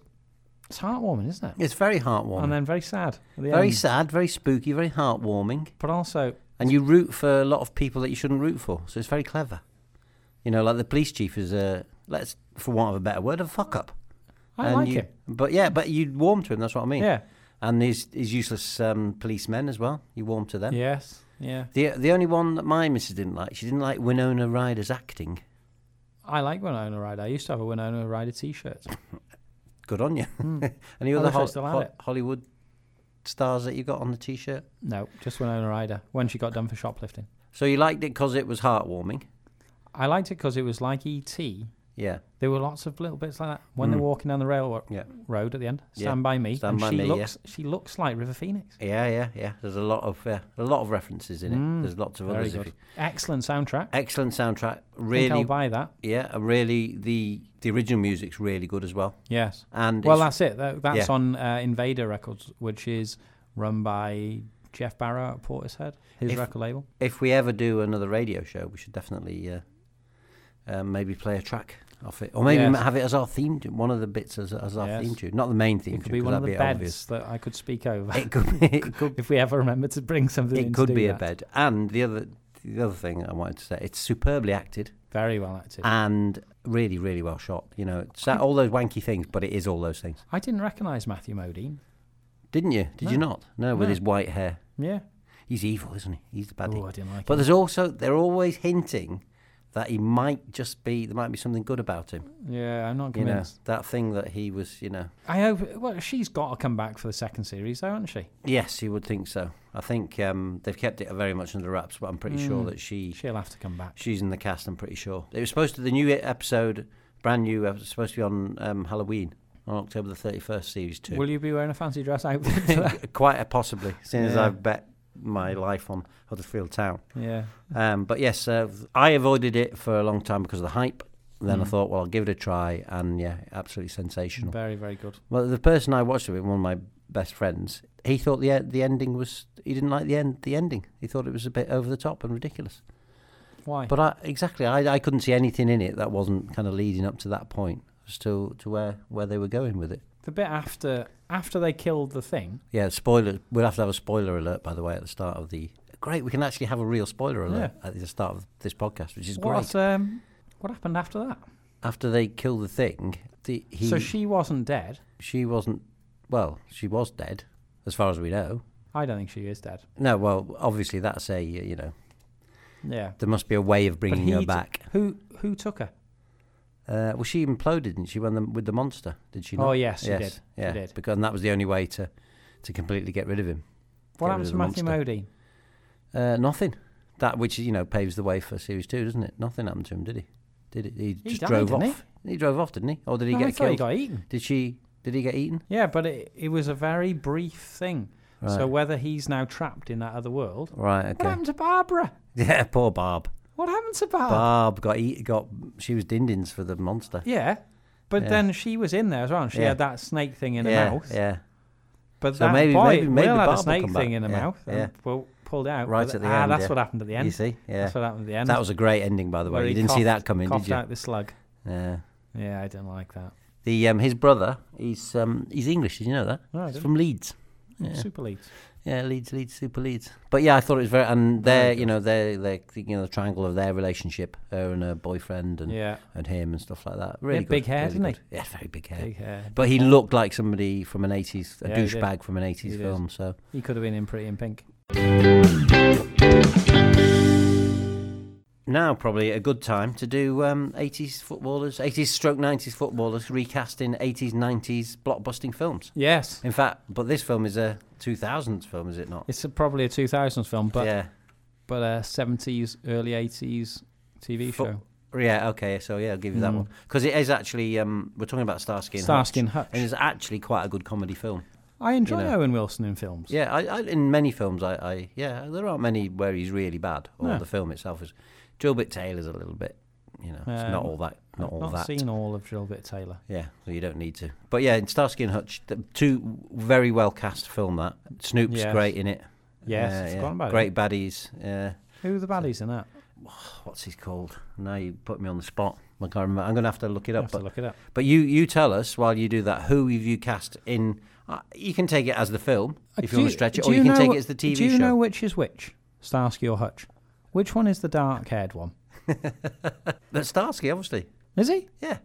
it's heartwarming, isn't it? It's very And heartwarming. then very sad. at the very end. sad, very spooky, very heartwarming. But also, And you root for a lot of people that you shouldn't root for. So it's very clever. You know, like the police chief is a let's, for want of a better word, a fuck up. I And like you- him. But yeah, but you warm to him. That's what I mean. Yeah. And his his useless um, policemen as well. You warm to them. Yes. Yeah. The the only one that my missus didn't like, she didn't like Winona Ryder's acting. I like Winona Ryder. I used to have a Winona Ryder T-shirt. Good on you. Hmm. Any I other wish I Hol- still had Hol- it. Hollywood stars that you got on the t-shirt? no, just Winona Ryder. When she got done for shoplifting, So you liked it because it was heartwarming. I liked it because it was like E E.T. Yeah. There were lots of little bits like that when they're Mm. walking down the railroad Yeah. road at the end. Yeah. Stand by me. Stand and by she me, yeah. Looks, She looks like River Phoenix. Yeah, yeah, yeah. There's a lot of uh, a lot of references in it. Mm. There's lots of Very others. if good. you- Excellent soundtrack. Excellent soundtrack. Think I'll Really, buy that. yeah, really. The the original music's really good as well. Yes. And Well, uh it's- that's it. Tha- That's Yeah. on uh, Invader Records, which is run by Jeff Barrow at Portishead, his If- record label. if we ever do another radio show, we should definitely uh, um, maybe play a track off it, or maybe Yes. have it as our theme. tune- One of the bits as, as our Yes. theme tune, not the main theme It could tune. be 'cause one of that'd the beds obvious. that I could speak over It could be. It could. if we ever remember to bring something. in it to could do be a that. bed. And the other the other thing I wanted to say, it's superbly acted Very well Ah. acted. and really really well shot. You know, it's that, all those wanky things, but it is all those things. I didn't recognise Matthew Modine. Didn't you? Did you not? No, with No. his white hair. Yeah. He's evil, isn't he? He's the baddie. Oh, I didn't like But it. there's also they're always hinting that he might just be there might be something good about him. Yeah, I'm not You know, convinced. that thing that he was, you know. I hope. Well, she's got to come back for the second series, though, hasn't she? Yes, you would think so. I think um, they've kept it very much under wraps, but I'm pretty sure Mm. that she She'll have to come back. she's in the cast, I'm pretty sure. It was supposed to the new episode, brand new episode, supposed to be on um, Halloween on October the 31st series 2. Will you be wearing a fancy dress outfit? for that? Quite possibly, seeing as Yeah. I've bet my life on Huddersfield Town. yeah. Um, but yes, uh, I avoided it for a long time because of the hype. Then I Mm. thought, well, I'll give it a try, and yeah, absolutely sensational. Very, very good. Well, the person I watched it with, one of my best friends, he thought the e- the ending was he didn't like the end the ending. He thought it was a bit over the top and ridiculous. Why? But I, exactly, I, I couldn't see anything in it that wasn't kind of leading up to that point as to, to where, where they were going with it. the bit after after they killed the thing. Yeah, spoiler. We'll have to have a spoiler alert, by the way, at the start of the. Great, we can actually have a real spoiler alert at the start of this podcast, which is great. What um, what happened after that? After they kill the thing, the, he so she wasn't dead. she wasn't. Well, she was dead, as far as we know. I don't think she is dead. No, well, obviously that's a you know Yeah. there must be a way of bringing he her d- back. Who who took her? Uh, well, she imploded, didn't she, when the, with the monster? Did she? Not? Oh, yes, she did. She Yeah, did. because and that was the only way to to completely get rid of him. What Get happened rid to of the Matthew Modine? Uh, nothing. That which you know paves the way for series two, doesn't it? Nothing happened to him, did he? Did it? He just died, drove didn't off. He? drove off, didn't he? Or did he No, I get thought killed? he got eaten. Did she? Did he get eaten? Yeah, but it, it was a very brief thing. Right. So whether he's now trapped in that other world, Right. what Okay. happened to Barbara? Yeah. Poor Barb. What happened to Barb? Barb got eat. Got she was dindins for the monster. Yeah, but Yeah. then she was in there as well. And she Yeah. had that snake thing in yeah. her mouth. Yeah. But So that maybe- boy maybe- maybe Will had Barb a will snake come thing back. in her Yeah, mouth. yeah. And well, pulled out. Right but at the ah, end, That's yeah. what happened at the end. You see? Yeah. That's what happened at the end. that was a great ending, by the way. where you he didn't see coughed- that coming, coughed did you? out the slug. Yeah. Yeah, I didn't like that. The um, his brother, he's um, he's English. Did you know that? No, I he's didn't. from Leeds. Yeah. Super leads. Yeah, Leeds, Leeds, Super Leeds. But yeah, I thought it was very, and Very their, good. you know, their, their, you know, the triangle of their relationship, her and her boyfriend, and Yeah, and him and stuff like that. Really good, big hair, really didn't he? good. Yeah, very big hair. big hair. But he looked like somebody from an eighties, a Yeah, he did. douchebag from an eighties He did. film. So He could have been in Pretty in Pink. now probably a good time to do um, 80s footballers, 80s stroke 90s footballers recasting 80s 90s blockbusting films. Yes, In fact, but this film is a 2000s film, is it not? it's a, probably a 2000s film, but yeah. but a 70s, early 80s TV Fo- show. Yeah, okay. So yeah, I'll give you that Mm. one. Cuz it is actually um, we're talking about Starsky and Hutch, Starsky and Hutch. and it's actually quite a good comedy film. I enjoy know. Owen Wilson in films. Yeah, I, I, in many films, I, I yeah, there aren't many where he's really bad, or No. the film itself is. Drillbit Taylor's a little bit, you know, it's not Um, all that, not I've all not that. seen all of Drillbit Taylor. Yeah, so you don't need to. But yeah, in Starsky and Hutch, the two very well cast film that Snoop's Yes. great in it. Yes, Uh, I've yeah, forgotten about great it. baddies. Yeah, Who are the baddies in that? what's he called? Now you put me on the spot. I can't remember. I'm going to have to look it I up. have to But, look it up. but you you tell us while you do that who have you cast in. Uh, you can take it as the film Uh, if do you want you- to stretch it, do or you you can know take what- it as the TV Do you show. know which is which? Starsky or Hutch? Which one is the dark-haired one? But Starsky, obviously. Is he? Yeah.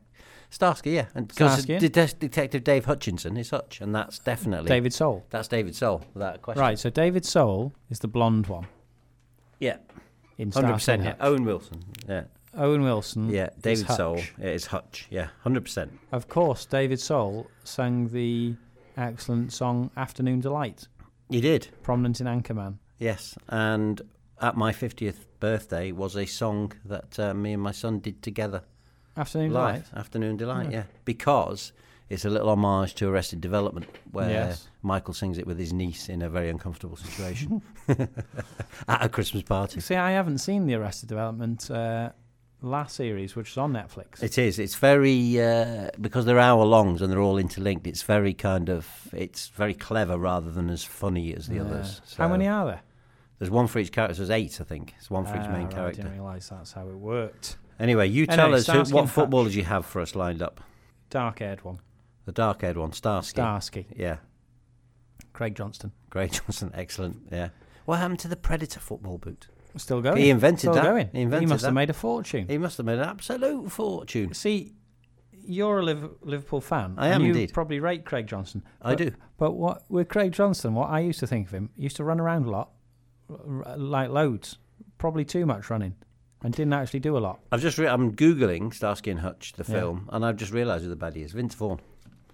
Starsky, yeah. And because Starsky. Det- Detective Dave Hutchinson is Hutch, and that's definitely David Soul. that's David Soul without a question. Right, so David Soul is the blonde one Yeah. in Hundred Starsky percent. and Yeah. Hutch. Owen Wilson. Yeah. Owen Wilson. Yeah. is David Hutch. Soul. Yeah, it's Hutch. Yeah. Hundred percent. Of course, David Soul sang the excellent song Afternoon Delight, He did. prominent in Anchorman. Yes. And at my fiftieth birthday was a song that uh, me and my son did together Afternoon Delight? live. Afternoon Delight. Yeah. Because it's a little homage to Arrested Development, where Yes. Michael sings it with his niece in a very uncomfortable situation at a Christmas party. See, I haven't seen the Arrested Development uh, last series, which is on Netflix. It is. It's very uh, because they're hour longs and they're all interlinked. It's very kind of it's very clever rather than as funny as the Yeah. others. Uh, So How many are there? There's one for each character. There's eight, I think. It's one for each Ah, main right, I character. didn't realise that's how it worked. Anyway, you Anyway, tell us who, Starsky what and Hutch. footballers you have for us lined up. Dark-haired one. The dark-haired one, Starsky. Starsky. Yeah, Craig Johnston. Gray Johnson, excellent. Yeah. What happened to the Predator football boot? Still going. He invented Still that. going. He invented must that. have made a fortune. He must have made an absolute fortune. See, you're a Liv- Liverpool fan. I and am you indeed. probably rate Craig Johnston. I But- do. But what with Craig Johnston, what I used to think of him, he used to run around a lot, r- r- like loads, probably too much running, and didn't actually do a lot. I've just re- I'm googling Starsky and Hutch, the Yeah. film, and I've just realised who the baddie is. Vince Vaughn.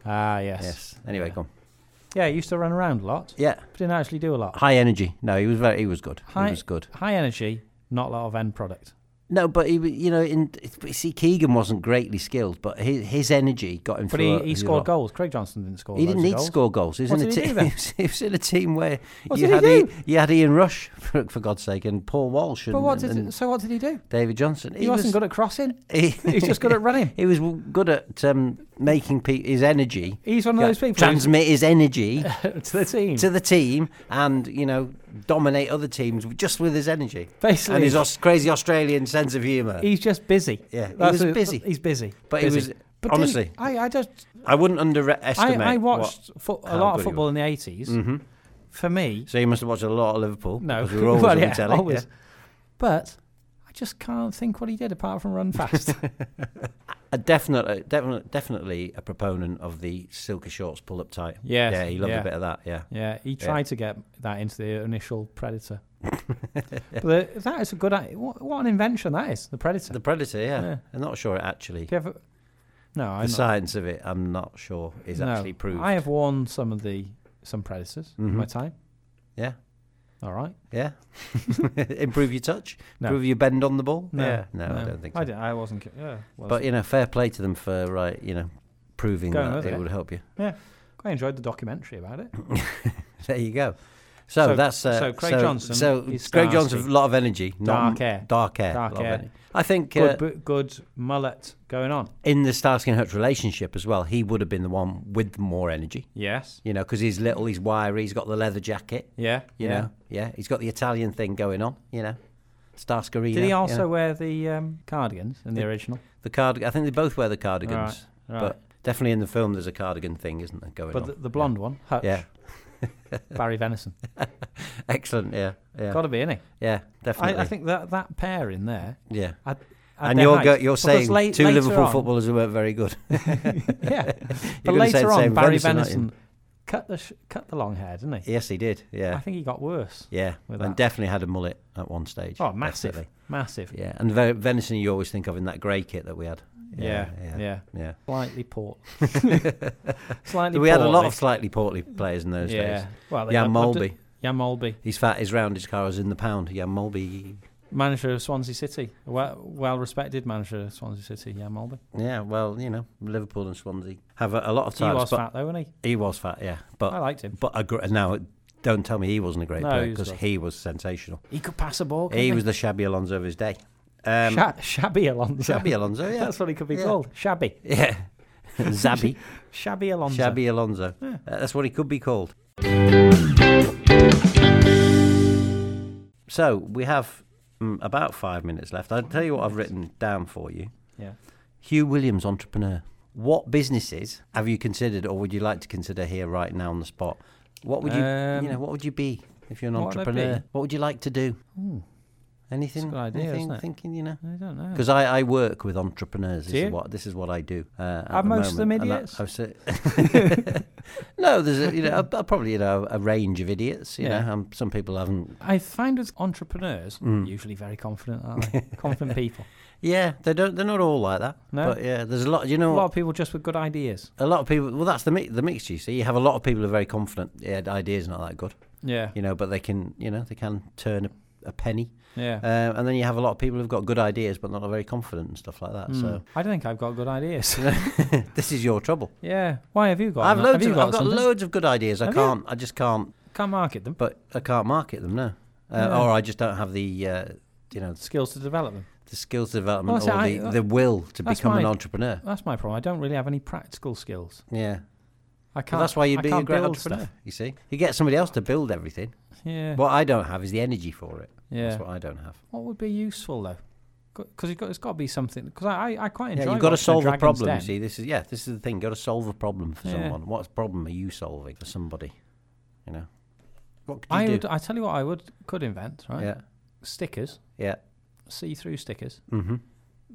Ah, yes. Yes. Anyway, Yeah. come. Yeah, he used to run around a lot, Yeah. but didn't actually do a lot. High energy. No, he was very. He was good. High- He was good. High energy, not a lot of end product. No, but he, wa- you know, in but see, Keegan wasn't greatly skilled, but his, his energy got him But through. he, a- he a scored lot. goals. Craig Johnston didn't score. He didn't loads of need to goals. score goals. He was, What in a did he te- do then? he, was, he was in a team where What you did had he I- do? you had Ian Rush for, for God's sake and Paul Walsh and, But what and- did, and so what did he do? David Johnson. He, wasn't good at crossing. He, He's just good at running. he was w- good at um, making pe- his energy, He's one of those people. who's- transmit his energy to the team. to the team, and you know dominate other teams just with his energy Basically, and his aus- crazy Australian sense of humour. he's just busy. Yeah, he That's was it. busy. He's busy. But he busy. was- then honestly. I, I just I wouldn't I, underestimate. I watched fo- a how lot good of he football in the 80s. hmm For me, So you must have watched a lot of Liverpool. no. because we were always Well, on the yeah, telly, always. yeah. But I just can't think what he did apart from run fast. A definite, definitely, definitely a proponent of the silky shorts pull up tight. Yes, yeah, he loved yeah. a bit of that. Yeah, yeah, he tried to get that into the initial Predator. but that is a good. i- What, what an invention that is, the Predator. the Predator. Yeah, Yeah. I'm not sure it actually. Do you ever- no, the I'm not- science of it, I'm not sure is no. actually proved. I have worn some of the some Predators in Mhm. my time. Yeah, All right. yeah. Improve your touch. No. Improve your bend on the ball. No, yeah. no, I don't think so. I, didn't- I wasn't. ca- Yeah, well, But you know, fair play to them for right, you know, proving Going that with it, it. would help you. I enjoyed the documentary about it. There you go. So, So- that's uh, so Craig so, Johnson So is Craig Johnson, a Starsky. lot of energy, not Dark hair. dark hair, Dark lot of hair. energy. I think uh, Good, bu- good mullet going on. in the Starsky and Hutch relationship as well, he would have been the one with more energy. Yes. You know, because he's little, he's wiry, he's got the leather jacket. Yeah. You yeah. know, yeah, he's got the Italian thing going on. You know, Starscarino. Did he also you know. wear the um, cardigans in the, The- original? the card? I think they both wear the cardigans, Right. but definitely in the film there's a cardigan thing, isn't there? Going but on. the, the blonde one, Hutch, Yeah. Barry Venison. Excellent. Yeah. Yeah. Got to be, innit? Yeah. Definitely. I, I think that that pair in there. Yeah. at and their you're height- go, you're because saying la- two later Liverpool on- footballers who weren't very good. yeah. but You're gonna say later the on, same Barry Venison, aren't you? Venison cut the sh- cut the long hair, didn't he? Yes, he did. I Yeah. think he got worse. Yeah. With and that. definitely had a mullet at one stage. Oh, massive, Definitely. massive. Yeah. And ve- venison you always think of in that grey kit that we had. Yeah, Yeah. yeah. Yeah. Slightly port. Slightly. We had a lot portly. of slightly portly players in those yeah. days. Well, they Jan got- Molby. Jan Molby, He's fat, he's round, his car is in the pound. Jan Mulby. manager of Swansea City, well, well-respected manager of Swansea City, Jan Molby. Yeah, well, you know, Liverpool and Swansea have a, a lot of He times. was but fat though, wasn't he? He was fat, yeah. But I liked him. but a gr- now, don't tell me he wasn't a great No, player he was because good. he was sensational. He could pass a ball. couldn't He was the shabby Alonso of his day. Um, Sha- shabby Alonso. shabby Alonso, yeah. That's what he could be Yeah. called. Shabby. yeah. Zabby. Shabby Alonso. Shabby Alonso. Yeah. Uh, that's what he could be called. So we have mm, about five minutes left. I'll tell you what I've written down for you. Yeah. Hugh Williams, entrepreneur. What businesses have you considered, or would you like to consider here right now on the spot? What would you, Um, you know, what would you be if you're an what would I entrepreneur? be? What would you like to do? Hmm, Anything? good idea, anything isn't it? thinking, you know. I don't know. Because I, I work with entrepreneurs. This Do is you? what this is what I do. Uh, at Are the most of them moment, and that- idiots? I was say- no, there's a, you know a, a- probably you know a range of idiots. You Yeah. know, um, some people haven't. I find with entrepreneurs, Mm. usually very confident, aren't they? confident people. Yeah, they don't. They're not all like that. No? But yeah, there's a lot. You A know, lot of people just with good ideas. a lot of people. Well, that's the mi- the mixture. You see, you have a lot of people who are very confident. Yeah, the idea's not that good. Yeah. You know, but they can. You know, they can turn a, a penny. Yeah. Uh, and then you have a lot of people who've got good ideas, but not very confident and stuff like that. Hmm. So I don't think I've got good ideas. this is your trouble. yeah. Why have you got? I've no- loads. Hmm. have you of, got I've got something? loads of good ideas. I Have you? can't. I just can't. Can't market them. but I can't market them now, uh, Yeah. or I just don't have the uh, you know Skills to develop them. the skills development Well, or that's it, the, I- uh, the will to that's become an my- entrepreneur. That's my problem. I don't really have any practical skills. Yeah, I Well, can't. that's why I you'd be a can't great build entrepreneur. stuff. You see, you get somebody else to build everything. Yeah. What I don't have is the energy for it. yeah. That's what I don't have. What would be useful though? Because it's got, it's got to be something. Because I, I, I quite enjoy. yeah, you've got to watching solve a Dragon's problem. Den. You see, this is yeah, this is the thing. You've got to solve a problem for Yeah. someone. What problem are you solving for somebody? You know, what could you I do? would. uh, I tell you what, I would could invent right Yeah, stickers, yeah. see-through stickers Mm-hmm.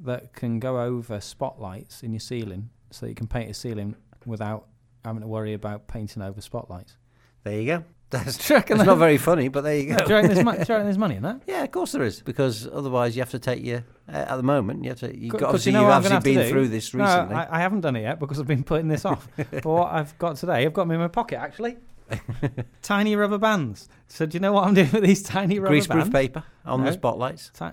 that can go over spotlights in your ceiling, so you can paint a ceiling without having to worry about painting over spotlights. There you go. That's Do you reckon it's that- not very funny, but there you Do go. you reckon there's, mo- do you reckon there's money in that? Yeah, of course there is, because otherwise you have to take your. Uh, at the moment, you have to. You've Co- got, 'cause obviously you know you've what I'm gonna obviously have to been do? through this recently. No, I, I haven't done it yet because I've been putting this off. but what I've got today, I've got them in my pocket actually. tiny rubber bands. So do you know what I'm doing with these tiny rubber Greaseproof bands? paper on the No. spotlights. Ti-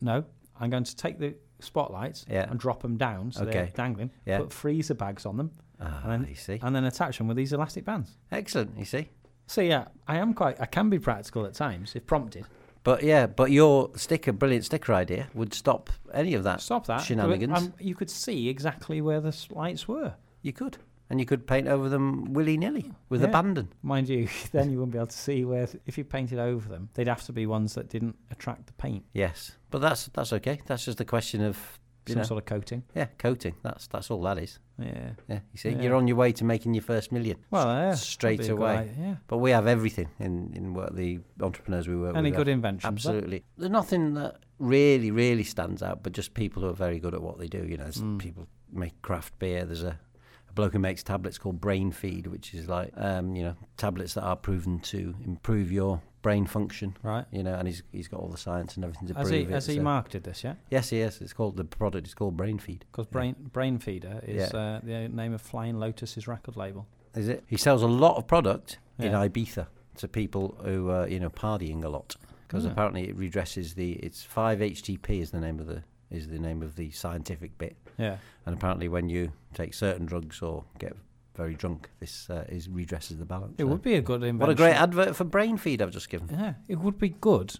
no, I'm going to take the spotlights Yeah. and drop them down so they're Okay. dangling. Yeah. Put freezer bags on them Ah, And- you see, and then attach them with these elastic bands. excellent. You see, So yeah, I am quite. I can be practical at times if prompted. but yeah, but your sticker, brilliant sticker idea, would stop any of that. Stop that Uh, Shenanigans. Um, you could see exactly where the s- lights were. You could. And you could paint over them willy nilly with Yeah. abandon. Mind you, then you wouldn't be able to see where, if you painted over them, they'd have to be ones that didn't attract the paint, Yes. But that's that's okay. That's just a question of you some know, sort of coating. yeah, coating. That's that's all that is. Yeah. Yeah. You see, Yeah. you're on your way to making your first million. Well, yeah, that'd straight be a good away. idea, yeah. But we have everything in, in what the entrepreneurs we work Any with. good have. inventions? eh? Absolutely. There's nothing that really, really stands out, but just people who are very good at what they do. You know, there's Mm. people make craft beer. There's a, a bloke who makes tablets called Brain Feed, which is like, um, you know, tablets that are proven to improve your brain function. Right. You know, and he's he's got all the science and everything to Has he, prove it. has he so- marketed this, yeah? yes, yes. It's called the product is called Brain Feed. Because Yeah. Brain, Brain Feeder is Yeah. uh, the name of Flying Lotus's record label. Is it? He sells a lot of product in Yeah. Ibiza to people who are you know partying a lot because Yeah. apparently it redresses the. It's five HTP is the name of the is the name of the scientific bit, Yeah. and apparently when you take certain drugs or get very drunk, this uh, is redresses the balance. It would be a good invention. What a great advert for brain feed I've just given. Yeah, it would be good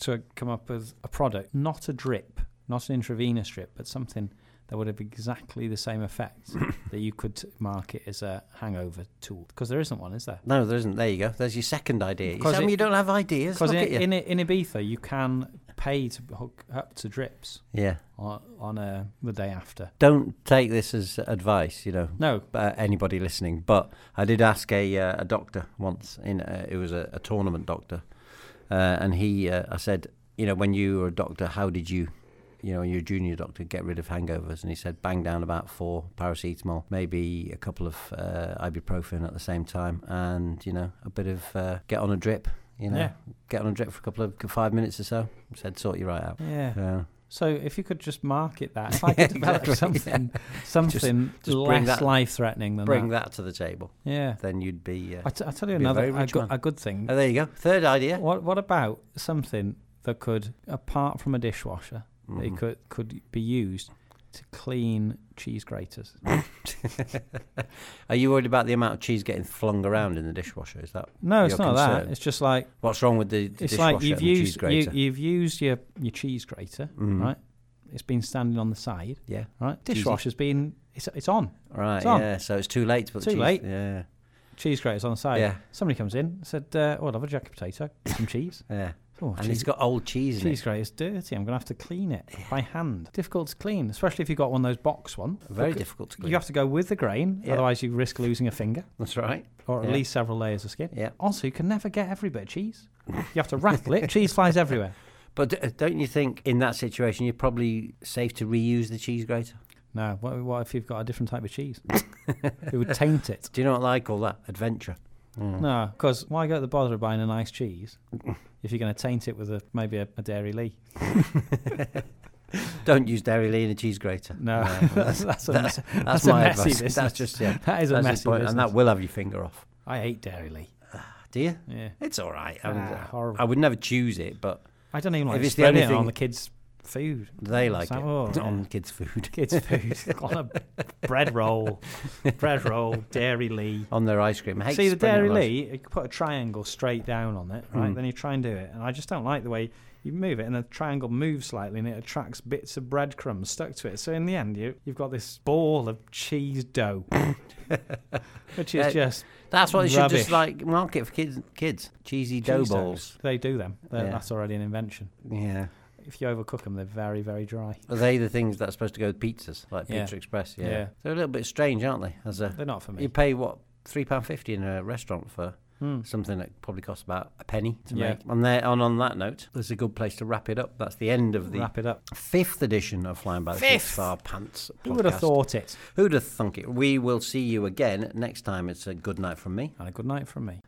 to come up with a product, not a drip, not an intravenous drip, but something that would have exactly the same effect that you could market as a hangover tool. Because there isn't one, is there? No, there isn't. There you go. There's your second idea. You 'Cause tell me it- you don't have ideas. Because Look in, at you. in, in Ibiza, you can pay to hook up to drips yeah. on, on uh, the day after. Don't take this as advice. You know, No, uh, anybody listening, but I did ask a uh, a doctor once. In uh, it was a, a tournament doctor, uh, and he uh, I said, you know, when you were a doctor, how did you, you know, when you're a junior doctor, get rid of hangovers? And he said, bang down about four paracetamol, maybe a couple of uh, ibuprofen at the same time, and you know, a bit of uh, get on a drip. You know, Yeah. get on a drip for a couple of five minutes or so. Said, sort you right out. Uh, yeah. Yeah. So if you could just market that, if I could develop exactly, something, something just bring less that- life-threatening than Bring that. that to the table, Yeah. then you'd be. Uh, I, t- I tell you Be a another very a, rich go- man. a good thing. oh, there you go. Third idea. What What about something that could, apart from a dishwasher, that it Mhm. could could be used to clean cheese graters? Are you worried about the amount of cheese getting flung around in the dishwasher? Is that No, it's You're not that. concerned. It's just like what's wrong with the, the it's dishwasher like you've and the cheese used you, grater? you've used your your cheese grater, Mm. right? It's been standing on the side, Yeah. right? Cheesy. Dishwasher's been it's it's on. Right. It's on. Yeah. So it's too late to put the Too cheese. late. Yeah. Cheese grater's on the side. Yeah. Somebody comes in, said, uh, "Oh, I'd love a jacket potato, with some cheese." Yeah. Oh, And cheese, it's got old cheese in cheese grater's dirty. I'm gonna have to clean it by hand. Difficult to clean, especially if you've got one of those box ones. it. Very Look, difficult to You clean. have to go with the grain, Yeah. otherwise you risk losing a finger That's right. or at Yeah. least several layers of skin. Yeah. Also, you can never get every bit of cheese. You have to rattle it. Cheese flies everywhere. But d- uh, don't you think in that situation you're probably safe to reuse the cheese grater? No, what, what if you've got a different type of cheese? it would taint it. Do you know what I call that? Adventure. Mm. No, because why go to the bother of buying a nice cheese if you're going to taint it with a maybe a, a Dairy Lee? Don't use Dairy Lee in a cheese grater. No, Yeah. that's, that's, a, that's- mess- That's a my messy advice. business. That's just yeah. that is a That's the messy point, business. and that will have your finger off. I hate Dairy Lee. Do you? Yeah, It's all right. I, Ah, wouldn't- horrible. I would never choose it, but I don't even If like it's the only spreading it on thing- the kids' food. They like So- it oh, yeah. on kids' food, kids' food on a bread roll, bread roll, Dairy Lee. on their ice cream. I hate See the spreading it Dairy on ice- Lee, you could put a triangle straight down on it, right? Mm. Then you try and do it, and I just don't like the way you move it, and the triangle moves slightly, and it attracts bits of breadcrumbs stuck to it. So in the end, you you've got this ball of cheese dough, which is Uh, just That's what they should Rubbish. just like market for kids. Kids cheesy dough cheese dough. balls. They do them. They're- Yeah. That's already an invention. Yeah, If you overcook them, they're very very dry. are they the things that's supposed to go with pizzas like Yeah. Pizza Express? Yeah. Yeah. they're a little bit strange, aren't they? As a They're not for me. you pay what three pound fifty in a restaurant for Mm. something that probably costs about a penny to Yeah. make. And there, and on that note, there's a good place to wrap it up. That's the end of the Wrap it up. fifth edition of Flying by the Seat of Our Pants. Who would have podcast. thought it? Who'd have thunk it? We will see you again next time. It's a good night from me. And a good night from me.